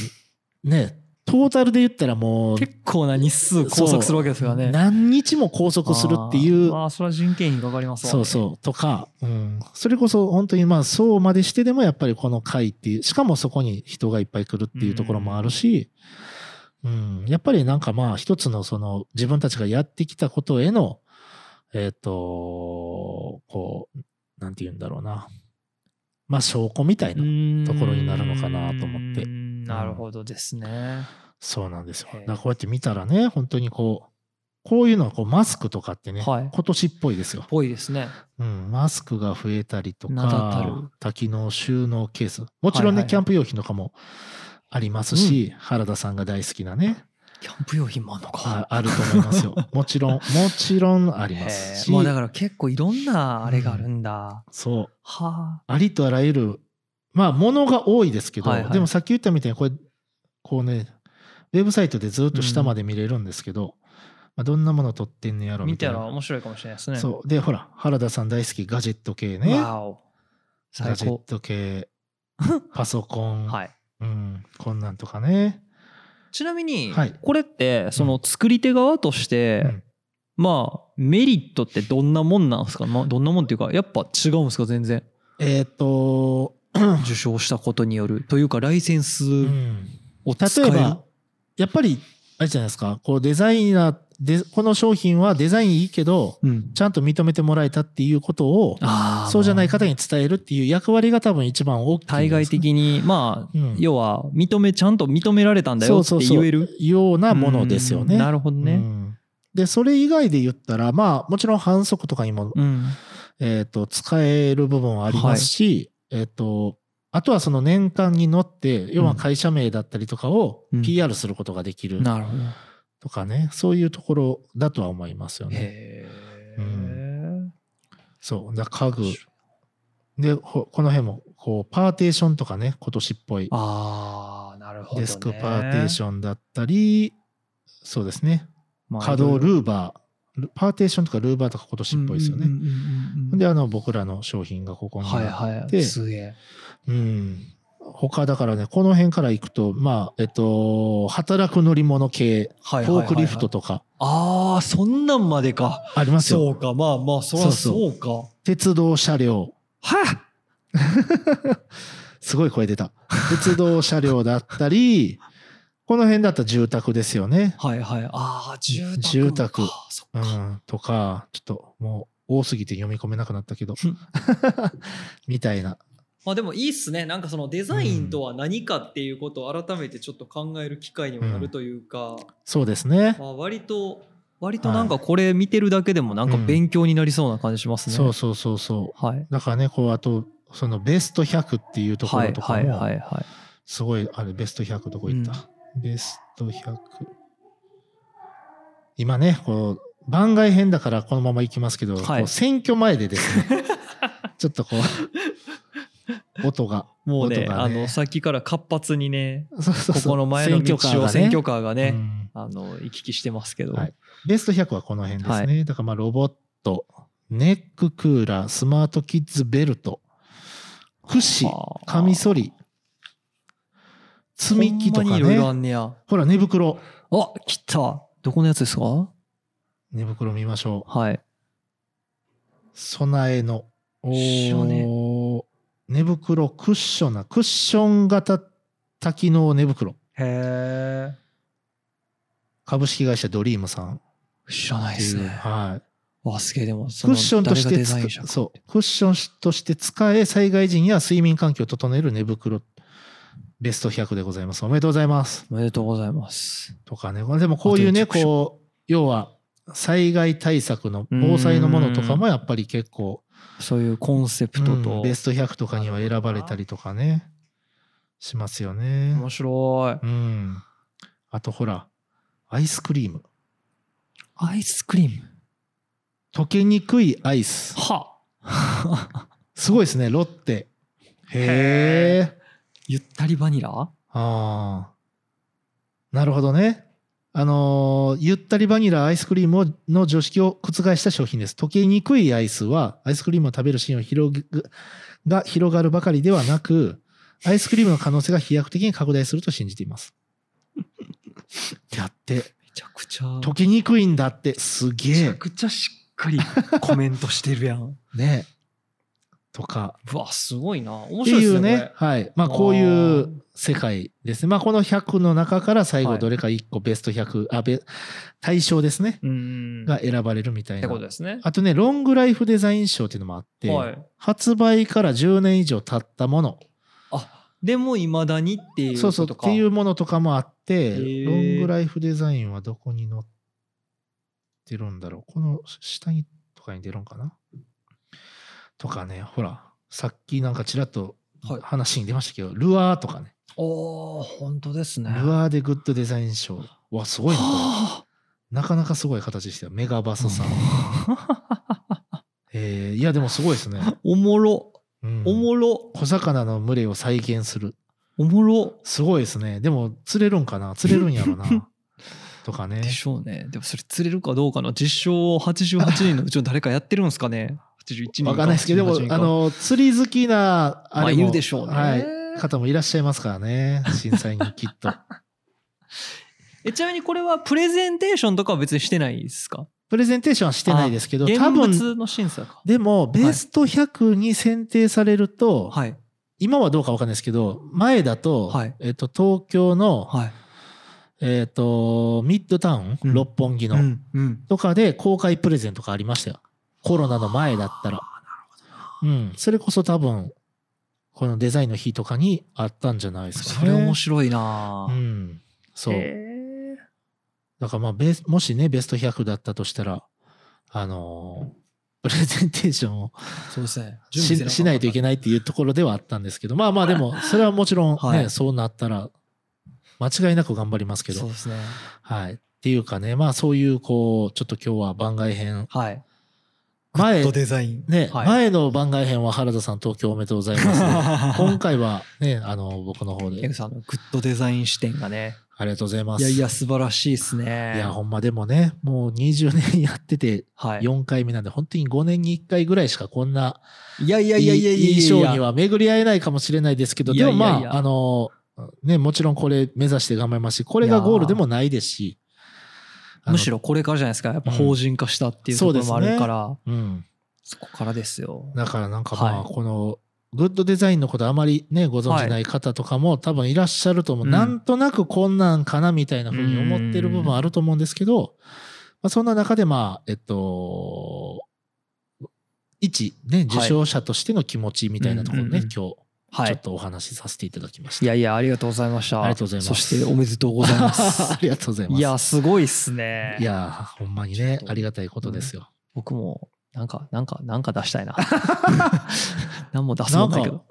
[SPEAKER 1] ね、トータルで言ったらもう、
[SPEAKER 2] 結構な日数拘束するわけですからね。
[SPEAKER 1] 何日も拘束するってい
[SPEAKER 2] あー
[SPEAKER 1] う
[SPEAKER 2] まあそれは人件費かかりますわ
[SPEAKER 1] そ
[SPEAKER 2] ね
[SPEAKER 1] うそう。とか、うん。それこそ本当にまあそうまでしてでもやっぱりこの会っていう、しかもそこに人がいっぱい来るっていうところもあるし、うん。やっぱりなんかまあ一つのその自分たちがやってきたことへの、えっ、と、こう、なんて言うんだろうな。まあ証拠みたいな。と
[SPEAKER 2] と
[SPEAKER 1] ころになるのかなと思って
[SPEAKER 2] なるほどですね。
[SPEAKER 1] そうなんですよ。
[SPEAKER 2] へ
[SPEAKER 1] だ
[SPEAKER 2] え
[SPEAKER 1] からこうやって見たらね、本当にこう、こういうのはこうマスクとかってね、
[SPEAKER 2] はい
[SPEAKER 1] 今年っぽいですよ。
[SPEAKER 2] ぽいですね。
[SPEAKER 1] うん、マスクが増えたりと
[SPEAKER 2] 名だた
[SPEAKER 1] か
[SPEAKER 2] る、
[SPEAKER 1] 多機能収納ケース。もちろんね、
[SPEAKER 2] はいはい
[SPEAKER 1] キャンプ用品とかもありますし、原田さんが大好きなね、
[SPEAKER 2] キャンプ用品もあるの
[SPEAKER 1] あ
[SPEAKER 2] か。
[SPEAKER 1] あると思います よ。もちろん、もちろんあります
[SPEAKER 2] へ
[SPEAKER 1] し、
[SPEAKER 2] えまあだから結構いろんなあれがあるんだ。
[SPEAKER 1] そう、
[SPEAKER 2] は
[SPEAKER 1] ありとあらゆる、まあ、ものが多いですけど、
[SPEAKER 2] はいはい
[SPEAKER 1] でもさっき言ったみたいに、これ、こうね、ウェブサイトでずっと下まで見れるんですけど、まあ、どんなもの撮ってんのや
[SPEAKER 2] あ。
[SPEAKER 1] ろみ
[SPEAKER 2] 見
[SPEAKER 1] たい
[SPEAKER 2] た
[SPEAKER 1] な。
[SPEAKER 2] ら面白いかもしれないですね。
[SPEAKER 1] そう。で、ほら、原田さん大好きガジェット系ね。
[SPEAKER 2] わお。
[SPEAKER 1] ガ
[SPEAKER 2] 最
[SPEAKER 1] ジェッ
[SPEAKER 2] 高。
[SPEAKER 1] ト 系、パソコン、
[SPEAKER 2] はい。
[SPEAKER 1] うん、こんなんとかね。
[SPEAKER 2] ちなみに
[SPEAKER 1] はい、
[SPEAKER 2] これって、その作り手側として、
[SPEAKER 1] うん
[SPEAKER 2] まあ、メリットってどんなもんなんですかまあどんなもんっていうか、やっぱ違うんですか全然。
[SPEAKER 1] えっ、と、
[SPEAKER 2] 受賞したことによる。というか、ライセンス
[SPEAKER 1] うん
[SPEAKER 2] を使
[SPEAKER 1] 例
[SPEAKER 2] え
[SPEAKER 1] え
[SPEAKER 2] る。
[SPEAKER 1] ば、やっぱり、あれじゃないですか、こうデザイナーで、この商品はデザインいいけど、
[SPEAKER 2] うん。
[SPEAKER 1] ちゃんと認めてもらえたっていうことを、
[SPEAKER 2] あー
[SPEAKER 1] そうじゃない
[SPEAKER 2] まあ
[SPEAKER 1] 方に伝えるっていう役割が多分一番大きいんですね、
[SPEAKER 2] 対外的に、ま
[SPEAKER 1] う
[SPEAKER 2] あ、
[SPEAKER 1] ん
[SPEAKER 2] 要は、認め、ちゃんと認められたんだよって言える。
[SPEAKER 1] ようなものですよね。
[SPEAKER 2] うんなるほど
[SPEAKER 1] う
[SPEAKER 2] ね。
[SPEAKER 1] んで、それ以外で言ったら、まあ、もちろん反則とかにも、
[SPEAKER 2] うん。
[SPEAKER 1] えっ、と、使える部分はありますし、えっ、と、あとはその年間に乗って、要は会社名だったりとかを
[SPEAKER 2] うん
[SPEAKER 1] PR することができる
[SPEAKER 2] なるほど。
[SPEAKER 1] とかね、そういうところだとは思いますよね。
[SPEAKER 2] へえ。
[SPEAKER 1] うそう。だ家具。で、ほこの辺も、こう、パーテーションとかね、今年っぽい。
[SPEAKER 2] ああ、なるほど、ね。
[SPEAKER 1] デスクパーテーションだったり、そうですね。
[SPEAKER 2] ョ
[SPEAKER 1] 稼働ルーバール。パーテーションとかルーバーとか今年っぽいですよね。で、あの、僕らの商品がここにあ
[SPEAKER 2] はい
[SPEAKER 1] って、
[SPEAKER 2] はい。すげえ。
[SPEAKER 1] うん。他だからね、この辺から行くと、まあ、えっと、働く乗り物系、
[SPEAKER 2] フ
[SPEAKER 1] フォークリフトとか
[SPEAKER 2] ああ、そんなんまでか。
[SPEAKER 1] ありますよ。
[SPEAKER 2] そうか、まあまあ、そりゃそうか。
[SPEAKER 1] 鉄道車両。
[SPEAKER 2] はっ
[SPEAKER 1] すごい声出た。鉄道車両だったり、 この辺だったら住宅ですよね。
[SPEAKER 2] はいはい。ああ、住宅か。
[SPEAKER 1] 住宅
[SPEAKER 2] そっ
[SPEAKER 1] う
[SPEAKER 2] か。
[SPEAKER 1] ん。とか、ちょっともう多すぎて読み込めなくなったけど
[SPEAKER 2] うん、
[SPEAKER 1] みたいな。
[SPEAKER 2] まあでもいいっすね。なんかそのデザインとは何かっていうことを改めてちょっと考える機会にもなるというか、
[SPEAKER 1] そうですね。
[SPEAKER 2] まあ割と、割となんかこれ見てるだけでもなんか勉強になりそうな感じしますね。
[SPEAKER 1] そうそうそうそう。
[SPEAKER 2] はい。
[SPEAKER 1] だからね、こう、あと、そのベスト100っていうところとか
[SPEAKER 2] はいはいは
[SPEAKER 1] も、
[SPEAKER 2] いはい。
[SPEAKER 1] すごい、あれ、ベスト100どこ行った、ベスト100。今ね、こう、番外編だからこのまま行きますけど、
[SPEAKER 2] はい
[SPEAKER 1] こう選挙前でです ね、ちょっとこう、音が。
[SPEAKER 2] もうね
[SPEAKER 1] 音が
[SPEAKER 2] あのさっきから活発にね
[SPEAKER 1] そうそう
[SPEAKER 2] こ
[SPEAKER 1] そう
[SPEAKER 2] この前の道を選挙カーがね
[SPEAKER 1] うん
[SPEAKER 2] あの行き来してますけど、
[SPEAKER 1] はいベスト100はこの辺ですね。だからまあロボット、ネッククーラー、スマートキッズベルト、櫛、
[SPEAKER 2] はあ
[SPEAKER 1] カミソリ、積み木と
[SPEAKER 2] ほ
[SPEAKER 1] か
[SPEAKER 2] んまにいろいろあ
[SPEAKER 1] ね。
[SPEAKER 2] んねや
[SPEAKER 1] ほら、寝袋。
[SPEAKER 2] あ来たどこのやつですか
[SPEAKER 1] 寝袋見ましょう。
[SPEAKER 2] はい
[SPEAKER 1] 備えの。お
[SPEAKER 2] 一緒ね
[SPEAKER 1] ー寝袋、クッションな、クッション型多機能寝袋。
[SPEAKER 2] へえ
[SPEAKER 1] 株式会社ドリームさんっ
[SPEAKER 2] 知らない
[SPEAKER 1] て
[SPEAKER 2] で
[SPEAKER 1] い
[SPEAKER 2] す
[SPEAKER 1] う。
[SPEAKER 2] ね
[SPEAKER 1] はい。
[SPEAKER 2] わすげえでもそ
[SPEAKER 1] ク
[SPEAKER 2] の
[SPEAKER 1] ッションとし
[SPEAKER 2] 誰が
[SPEAKER 1] て
[SPEAKER 2] デザイン
[SPEAKER 1] つ
[SPEAKER 2] 者
[SPEAKER 1] く
[SPEAKER 2] か
[SPEAKER 1] そうクッションとして使え災害時には睡眠環境を整える寝袋ベスト100でございますおめでとうございます
[SPEAKER 2] おめでとうございます
[SPEAKER 1] とかねでもこういう
[SPEAKER 2] あ
[SPEAKER 1] ね
[SPEAKER 2] と一応
[SPEAKER 1] こう要は災害対策の防災のものとかもやっぱり結構、
[SPEAKER 2] そういうコンセプト
[SPEAKER 1] う
[SPEAKER 2] と
[SPEAKER 1] んベスト100とかには選ばれたりとかねしますよね
[SPEAKER 2] 面白い
[SPEAKER 1] うんあとほらアイスクリーム
[SPEAKER 2] アイスクリーム
[SPEAKER 1] 溶けにくいアイス
[SPEAKER 2] は
[SPEAKER 1] すごいですねロッテへえ
[SPEAKER 2] ゆったりバニラ
[SPEAKER 1] ああ。なるほどね。あのーゆったりバニラアイスクリームをの常識を覆した商品です。溶けにくいアイスは、アイスクリームを食べるシーンを広ぐが広がるばかりではなく、アイスクリームの可能性が飛躍的に拡大すると信じています。だって、
[SPEAKER 2] めちゃくちゃ
[SPEAKER 1] 溶けにくいんだって、すげ
[SPEAKER 2] めちゃ
[SPEAKER 1] え。
[SPEAKER 2] くちゃしっかりコメントしてるや ん
[SPEAKER 1] ね。とか。
[SPEAKER 2] うわすごいな面
[SPEAKER 1] って
[SPEAKER 2] 白
[SPEAKER 1] い
[SPEAKER 2] いです
[SPEAKER 1] う
[SPEAKER 2] ね
[SPEAKER 1] ね、はい。まあ、こういう世界ですね。まあ、この100の中から最後どれか1個ベスト100、あ、べ、対象ですね。
[SPEAKER 2] これうん
[SPEAKER 1] が選ばれるみた
[SPEAKER 2] っ
[SPEAKER 1] い
[SPEAKER 2] て
[SPEAKER 1] な
[SPEAKER 2] こ。とですね
[SPEAKER 1] あとね、ロングライフデザイン賞っていうのもあって、
[SPEAKER 2] はい
[SPEAKER 1] 発売から10年以上経ったもの、
[SPEAKER 2] あでもいまだにっていう
[SPEAKER 1] そ
[SPEAKER 2] こ
[SPEAKER 1] うそう、
[SPEAKER 2] と
[SPEAKER 1] っ
[SPEAKER 2] か
[SPEAKER 1] ていうものとかもあって、
[SPEAKER 2] ー
[SPEAKER 1] ロングライフデザインはどこに載ってるんだろう。この下にとかに出るんかなとかね、ほら、さっきなんかちらっと
[SPEAKER 2] はい
[SPEAKER 1] 話に出ましたけど、ルアーとかね。
[SPEAKER 2] おー本当ですね
[SPEAKER 1] ルアーでグッドデザイン賞。うわ、すごいな、これ
[SPEAKER 2] は
[SPEAKER 1] なかなかすごい形してる。メガバ
[SPEAKER 2] あ
[SPEAKER 1] スさん。えーいや、でもすごいですね。
[SPEAKER 2] おもろ
[SPEAKER 1] うん
[SPEAKER 2] おもろ
[SPEAKER 1] 小魚の群れを再現する。
[SPEAKER 2] おもろ
[SPEAKER 1] すごいですね。でも、釣れるんかな釣れるんやろ な。とかね
[SPEAKER 2] で。しょうねでもそれ釣れるかどうかの実証を88人のうちの誰かやってるんですかね81人
[SPEAKER 1] わかんないですけど、
[SPEAKER 2] 88
[SPEAKER 1] で
[SPEAKER 2] 人
[SPEAKER 1] も、
[SPEAKER 2] か
[SPEAKER 1] あの、釣り好きな、あ
[SPEAKER 2] まあ
[SPEAKER 1] れも
[SPEAKER 2] いるでしょうね
[SPEAKER 1] はい。方もいらっしゃいますから ね。審査員にきっと。
[SPEAKER 2] えちなみにこれはプレゼンテーションとかは別にしてないですか
[SPEAKER 1] プレゼンテーションはしてないですけど、
[SPEAKER 2] 現
[SPEAKER 1] 多分、
[SPEAKER 2] 物の審査か
[SPEAKER 1] でも、ベスト100に選定されると、
[SPEAKER 2] はい
[SPEAKER 1] 今はどうかわかんないですけど、前だと、
[SPEAKER 2] はい
[SPEAKER 1] えっと、東京の、
[SPEAKER 2] はい
[SPEAKER 1] えっと、ミッドタウン、
[SPEAKER 2] うん
[SPEAKER 1] 六本木の、
[SPEAKER 2] うんうん
[SPEAKER 1] とかで公開プレゼントがありましたよ。コロナの前だったら。うん。それこそ多分、このデザインの日とかにあったんじゃないですか
[SPEAKER 2] そ
[SPEAKER 1] ね。
[SPEAKER 2] れ面白いな
[SPEAKER 1] う
[SPEAKER 2] ぁ
[SPEAKER 1] ん。そう。
[SPEAKER 2] へ
[SPEAKER 1] だからまあベス、もしね、ベスト100だったとしたら、あのープレゼンテーションを
[SPEAKER 2] ーそうですね準備
[SPEAKER 1] ししないといけ
[SPEAKER 2] ない
[SPEAKER 1] ないっていうところではあったんですけど、まあまあでも、それはもちろんね、
[SPEAKER 2] はい
[SPEAKER 1] そうなったら、間違いなく頑張りますけ
[SPEAKER 2] そ
[SPEAKER 1] ど、
[SPEAKER 2] うですね
[SPEAKER 1] はい。っていうかね、まあそういう、こう、ちょっと今日は番外編、
[SPEAKER 2] はい
[SPEAKER 1] 前、
[SPEAKER 2] デザイン
[SPEAKER 1] ね、
[SPEAKER 2] はい
[SPEAKER 1] 前の番外編は原田さん東京おめでとうございます、 今回はね、あの、僕の方
[SPEAKER 2] エ
[SPEAKER 1] で
[SPEAKER 2] グさんのグッドデザイン視点がね
[SPEAKER 1] ありがとうございま
[SPEAKER 2] い
[SPEAKER 1] す。
[SPEAKER 2] やいや素晴らしいですね
[SPEAKER 1] いや、ほんまでもね、もう20年やってて
[SPEAKER 2] はい
[SPEAKER 1] 4回目なんで、本当に5年に1回ぐらいしかこんな、
[SPEAKER 2] いやいや
[SPEAKER 1] い
[SPEAKER 2] い
[SPEAKER 1] い
[SPEAKER 2] やいやいやいや
[SPEAKER 1] いい賞には巡り合えないかもしれないですけど、
[SPEAKER 2] い
[SPEAKER 1] で
[SPEAKER 2] や
[SPEAKER 1] もま
[SPEAKER 2] いやい
[SPEAKER 1] あ、
[SPEAKER 2] や
[SPEAKER 1] あの、ね、もちろんこれ目指して頑張りますし、これがゴールでもないですし、あの
[SPEAKER 2] むし、ろこれからじゃないですかやっぱ法人化したっていうところもあるから、
[SPEAKER 1] うん。
[SPEAKER 2] そこからですよ
[SPEAKER 1] だからなんかまあ、
[SPEAKER 2] は
[SPEAKER 1] この、グッドデザインのことあまりね、ご存知ない方とかも多分いらっしゃると思う。
[SPEAKER 2] うん
[SPEAKER 1] なんとなくこんなんかなみたいなふうに思ってる部分あると思うんですけど、まあ、そんな中でまあ、えっと、一、ね、受賞者としての気持ちみたいなところをね、
[SPEAKER 2] うんうんう
[SPEAKER 1] 今
[SPEAKER 2] ん
[SPEAKER 1] 日、ちょ
[SPEAKER 2] は
[SPEAKER 1] っ
[SPEAKER 2] い
[SPEAKER 1] とお話しさせていただきました。
[SPEAKER 2] いやいやありがとうございました
[SPEAKER 1] ありがとうございます
[SPEAKER 2] そしておめでとうございま
[SPEAKER 1] あ
[SPEAKER 2] す
[SPEAKER 1] りがとうございます。
[SPEAKER 2] いやすごいっすね
[SPEAKER 1] いやほんまに
[SPEAKER 2] ちょ
[SPEAKER 1] ね
[SPEAKER 2] っ、と
[SPEAKER 1] ありがたいことですよ。
[SPEAKER 2] 僕もなんかなんかなんか出したい な何も出す
[SPEAKER 1] な
[SPEAKER 2] もん
[SPEAKER 1] ん
[SPEAKER 2] ない
[SPEAKER 1] か
[SPEAKER 2] けど、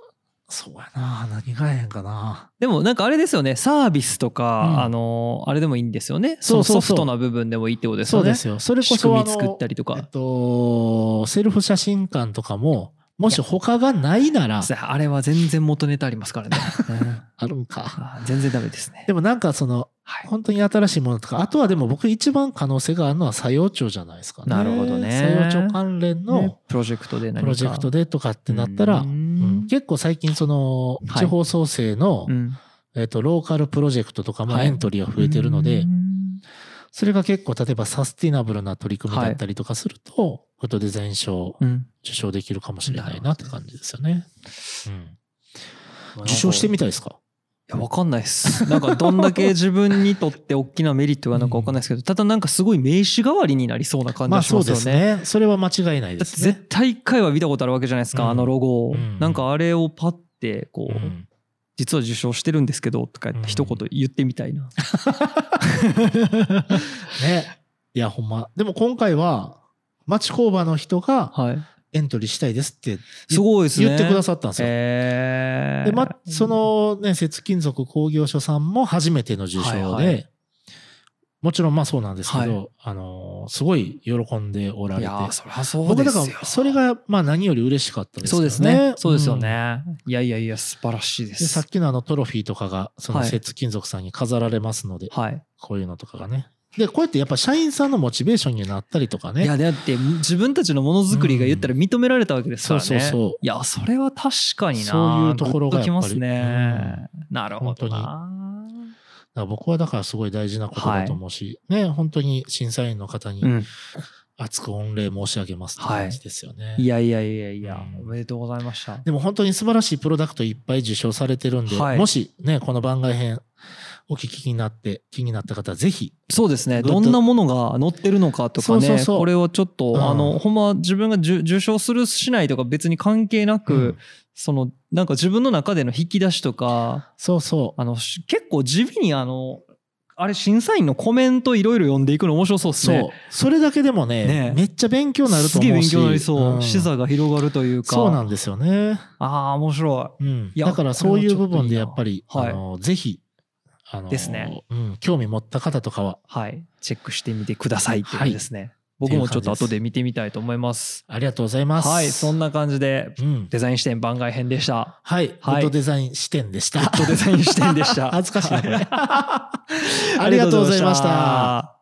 [SPEAKER 1] そうやな、何がええんかな。
[SPEAKER 2] でもなんかあれですよねサービスと
[SPEAKER 1] う
[SPEAKER 2] か、
[SPEAKER 1] ん
[SPEAKER 2] あのあれでもいいんですよね
[SPEAKER 1] そうそうそう
[SPEAKER 2] のソフトな部分でもいいってことです
[SPEAKER 1] そ
[SPEAKER 2] よ
[SPEAKER 1] うで
[SPEAKER 2] ね
[SPEAKER 1] すよ。それこ
[SPEAKER 2] 仕
[SPEAKER 1] そ
[SPEAKER 2] 組
[SPEAKER 1] あ
[SPEAKER 2] み作っ
[SPEAKER 1] の
[SPEAKER 2] た、りと
[SPEAKER 1] えっ
[SPEAKER 2] か
[SPEAKER 1] と、セルフ写真館とかも、もし他がないなら、
[SPEAKER 2] そうあれは全然元ネタありますか らね、うん
[SPEAKER 1] あるんか。
[SPEAKER 2] あ全然ダメですね
[SPEAKER 1] でもなんかその、
[SPEAKER 2] はい
[SPEAKER 1] 本当に新しいものとか、あとはでも僕一番可能性があるのは作用庁じゃないですかね。
[SPEAKER 2] なるほどね
[SPEAKER 1] 作用庁関連
[SPEAKER 2] ね
[SPEAKER 1] の
[SPEAKER 2] プロジェクトで何か
[SPEAKER 1] プロジェクトでとかってなったら、
[SPEAKER 2] うん
[SPEAKER 1] うん結構最近その、
[SPEAKER 2] はい
[SPEAKER 1] 地方創生の、
[SPEAKER 2] うん
[SPEAKER 1] えっと、ローカルプロジェクトとかも
[SPEAKER 2] はい
[SPEAKER 1] エントリーが増えてるので、
[SPEAKER 2] うん
[SPEAKER 1] それが結構例えばサスティナブルな取り組みだったりとかすると、フットデザイン賞を
[SPEAKER 2] うん
[SPEAKER 1] 受賞できるかもしれないなって感じですよね。うん受
[SPEAKER 2] 受
[SPEAKER 1] 賞して
[SPEAKER 2] み
[SPEAKER 1] みたいですか
[SPEAKER 2] いや、わかんないっす。なんか、どんだけ自分にとって大きなメリットがなんかわかんないですけど、ただなんかすごい名刺代わりになりそうな感じ
[SPEAKER 1] まあ
[SPEAKER 2] がし
[SPEAKER 1] そ
[SPEAKER 2] ま
[SPEAKER 1] う
[SPEAKER 2] す
[SPEAKER 1] で
[SPEAKER 2] よ
[SPEAKER 1] す
[SPEAKER 2] ね。
[SPEAKER 1] ね。それは間違いないで
[SPEAKER 2] だって
[SPEAKER 1] すね。
[SPEAKER 2] 絶対一回は見たことあるわけじゃないです
[SPEAKER 1] うん
[SPEAKER 2] か、あのロゴを
[SPEAKER 1] うん。
[SPEAKER 2] なんかあれをパッて、こ
[SPEAKER 1] う
[SPEAKER 2] う、
[SPEAKER 1] ん
[SPEAKER 2] 実は受賞してるんですけど、とか
[SPEAKER 1] うん
[SPEAKER 2] 一言言ってみた いな。
[SPEAKER 1] ね。いやほんま。でも今回は町工場の人が
[SPEAKER 2] はい。
[SPEAKER 1] エントリーしたいですって
[SPEAKER 2] すごいですね。
[SPEAKER 1] 言ってくだ
[SPEAKER 2] さ
[SPEAKER 1] さったんですよ。
[SPEAKER 2] え
[SPEAKER 1] で、ま、そ、のね、鉄金属工業所さんも初めての受賞で、
[SPEAKER 2] はいは
[SPEAKER 1] もちろんまあそうなんですけど、
[SPEAKER 2] は
[SPEAKER 1] あのーすごい喜んでおら
[SPEAKER 2] い
[SPEAKER 1] れて
[SPEAKER 2] や。ー、そりゃそう
[SPEAKER 1] 僕
[SPEAKER 2] で
[SPEAKER 1] だ
[SPEAKER 2] すよ
[SPEAKER 1] か。ら、それ、がまあ何より嬉しかったですけ
[SPEAKER 2] そ
[SPEAKER 1] ど
[SPEAKER 2] う
[SPEAKER 1] ね。
[SPEAKER 2] ですね。そうですよ
[SPEAKER 1] ん
[SPEAKER 2] ね。いやいやいや、素晴らしいで
[SPEAKER 1] でさっ
[SPEAKER 2] す。
[SPEAKER 1] きのあのトロフィーとかが、その
[SPEAKER 2] はい
[SPEAKER 1] 鉄金属さんに飾られますので、
[SPEAKER 2] はい。
[SPEAKER 1] こういうのとかがね。で、こうやってやっぱ社員さんのモチベーションになったりとかね。
[SPEAKER 2] いやだって自分たちのものづくりが言ったら認められたわけですからね。
[SPEAKER 1] そうそうそう
[SPEAKER 2] いやそれは確かにな。
[SPEAKER 1] そういうところが
[SPEAKER 2] グッときます
[SPEAKER 1] やっ
[SPEAKER 2] ね。なるほどな。
[SPEAKER 1] だから僕はだからすごい大事なことだと思うし、ね、本当に審査員の方に
[SPEAKER 2] うん。
[SPEAKER 1] 熱く御礼申し上げますって感じですよね。
[SPEAKER 2] いやいやいやいや
[SPEAKER 1] う、ん
[SPEAKER 2] おめでとうございました。
[SPEAKER 1] でも本当に素晴らしいプロダクトいっぱい受賞されてるんで、
[SPEAKER 2] はい
[SPEAKER 1] もしね、この番外編お聞きになって、気になった方はぜひ、
[SPEAKER 2] そうですね。
[SPEAKER 1] グッ
[SPEAKER 2] ど
[SPEAKER 1] と
[SPEAKER 2] んなものが載ってるのかとか
[SPEAKER 1] そうそう
[SPEAKER 2] ね、
[SPEAKER 1] そう
[SPEAKER 2] これをちょっと、
[SPEAKER 1] うん
[SPEAKER 2] あのほんま自分が受受賞するしないとか別に関係なく、
[SPEAKER 1] うん
[SPEAKER 2] そのなんか自分の中での引き出しとか。
[SPEAKER 1] そうそ
[SPEAKER 2] あのし結構地味にあのあれ審査員のコメントいろいろ読んでいくの面白そうで
[SPEAKER 1] う、
[SPEAKER 2] すね。
[SPEAKER 1] そう、それだけでもね、
[SPEAKER 2] ね
[SPEAKER 1] めっちゃ勉強になると
[SPEAKER 2] すげえ
[SPEAKER 1] 思うし、
[SPEAKER 2] 勉強になりそう、
[SPEAKER 1] ん
[SPEAKER 2] 視座が広がるというか
[SPEAKER 1] そうなんですよね。
[SPEAKER 2] ああ面白
[SPEAKER 1] うん、
[SPEAKER 2] いや
[SPEAKER 1] だからそういう部分で
[SPEAKER 2] これ
[SPEAKER 1] や
[SPEAKER 2] はちょ
[SPEAKER 1] っ
[SPEAKER 2] っ
[SPEAKER 1] ぱ
[SPEAKER 2] と
[SPEAKER 1] り
[SPEAKER 2] いい、なはい
[SPEAKER 1] あのぜひあの
[SPEAKER 2] ですね、
[SPEAKER 1] うん、興味持った方とかはい
[SPEAKER 2] はいチェックしてみてくださいっていう感じですね、僕もちょっと後で見てみたいと思います
[SPEAKER 1] ありがとうございます。
[SPEAKER 2] はいそんな感じで
[SPEAKER 1] うん、
[SPEAKER 2] デザイン視点番外編 でした
[SPEAKER 1] はい、グ
[SPEAKER 2] は
[SPEAKER 1] ッ
[SPEAKER 2] い
[SPEAKER 1] ドデザイン視点でした。
[SPEAKER 2] デザイン視点でした
[SPEAKER 1] 恥ずかしいなこれ
[SPEAKER 2] あ
[SPEAKER 1] ありがとうございました。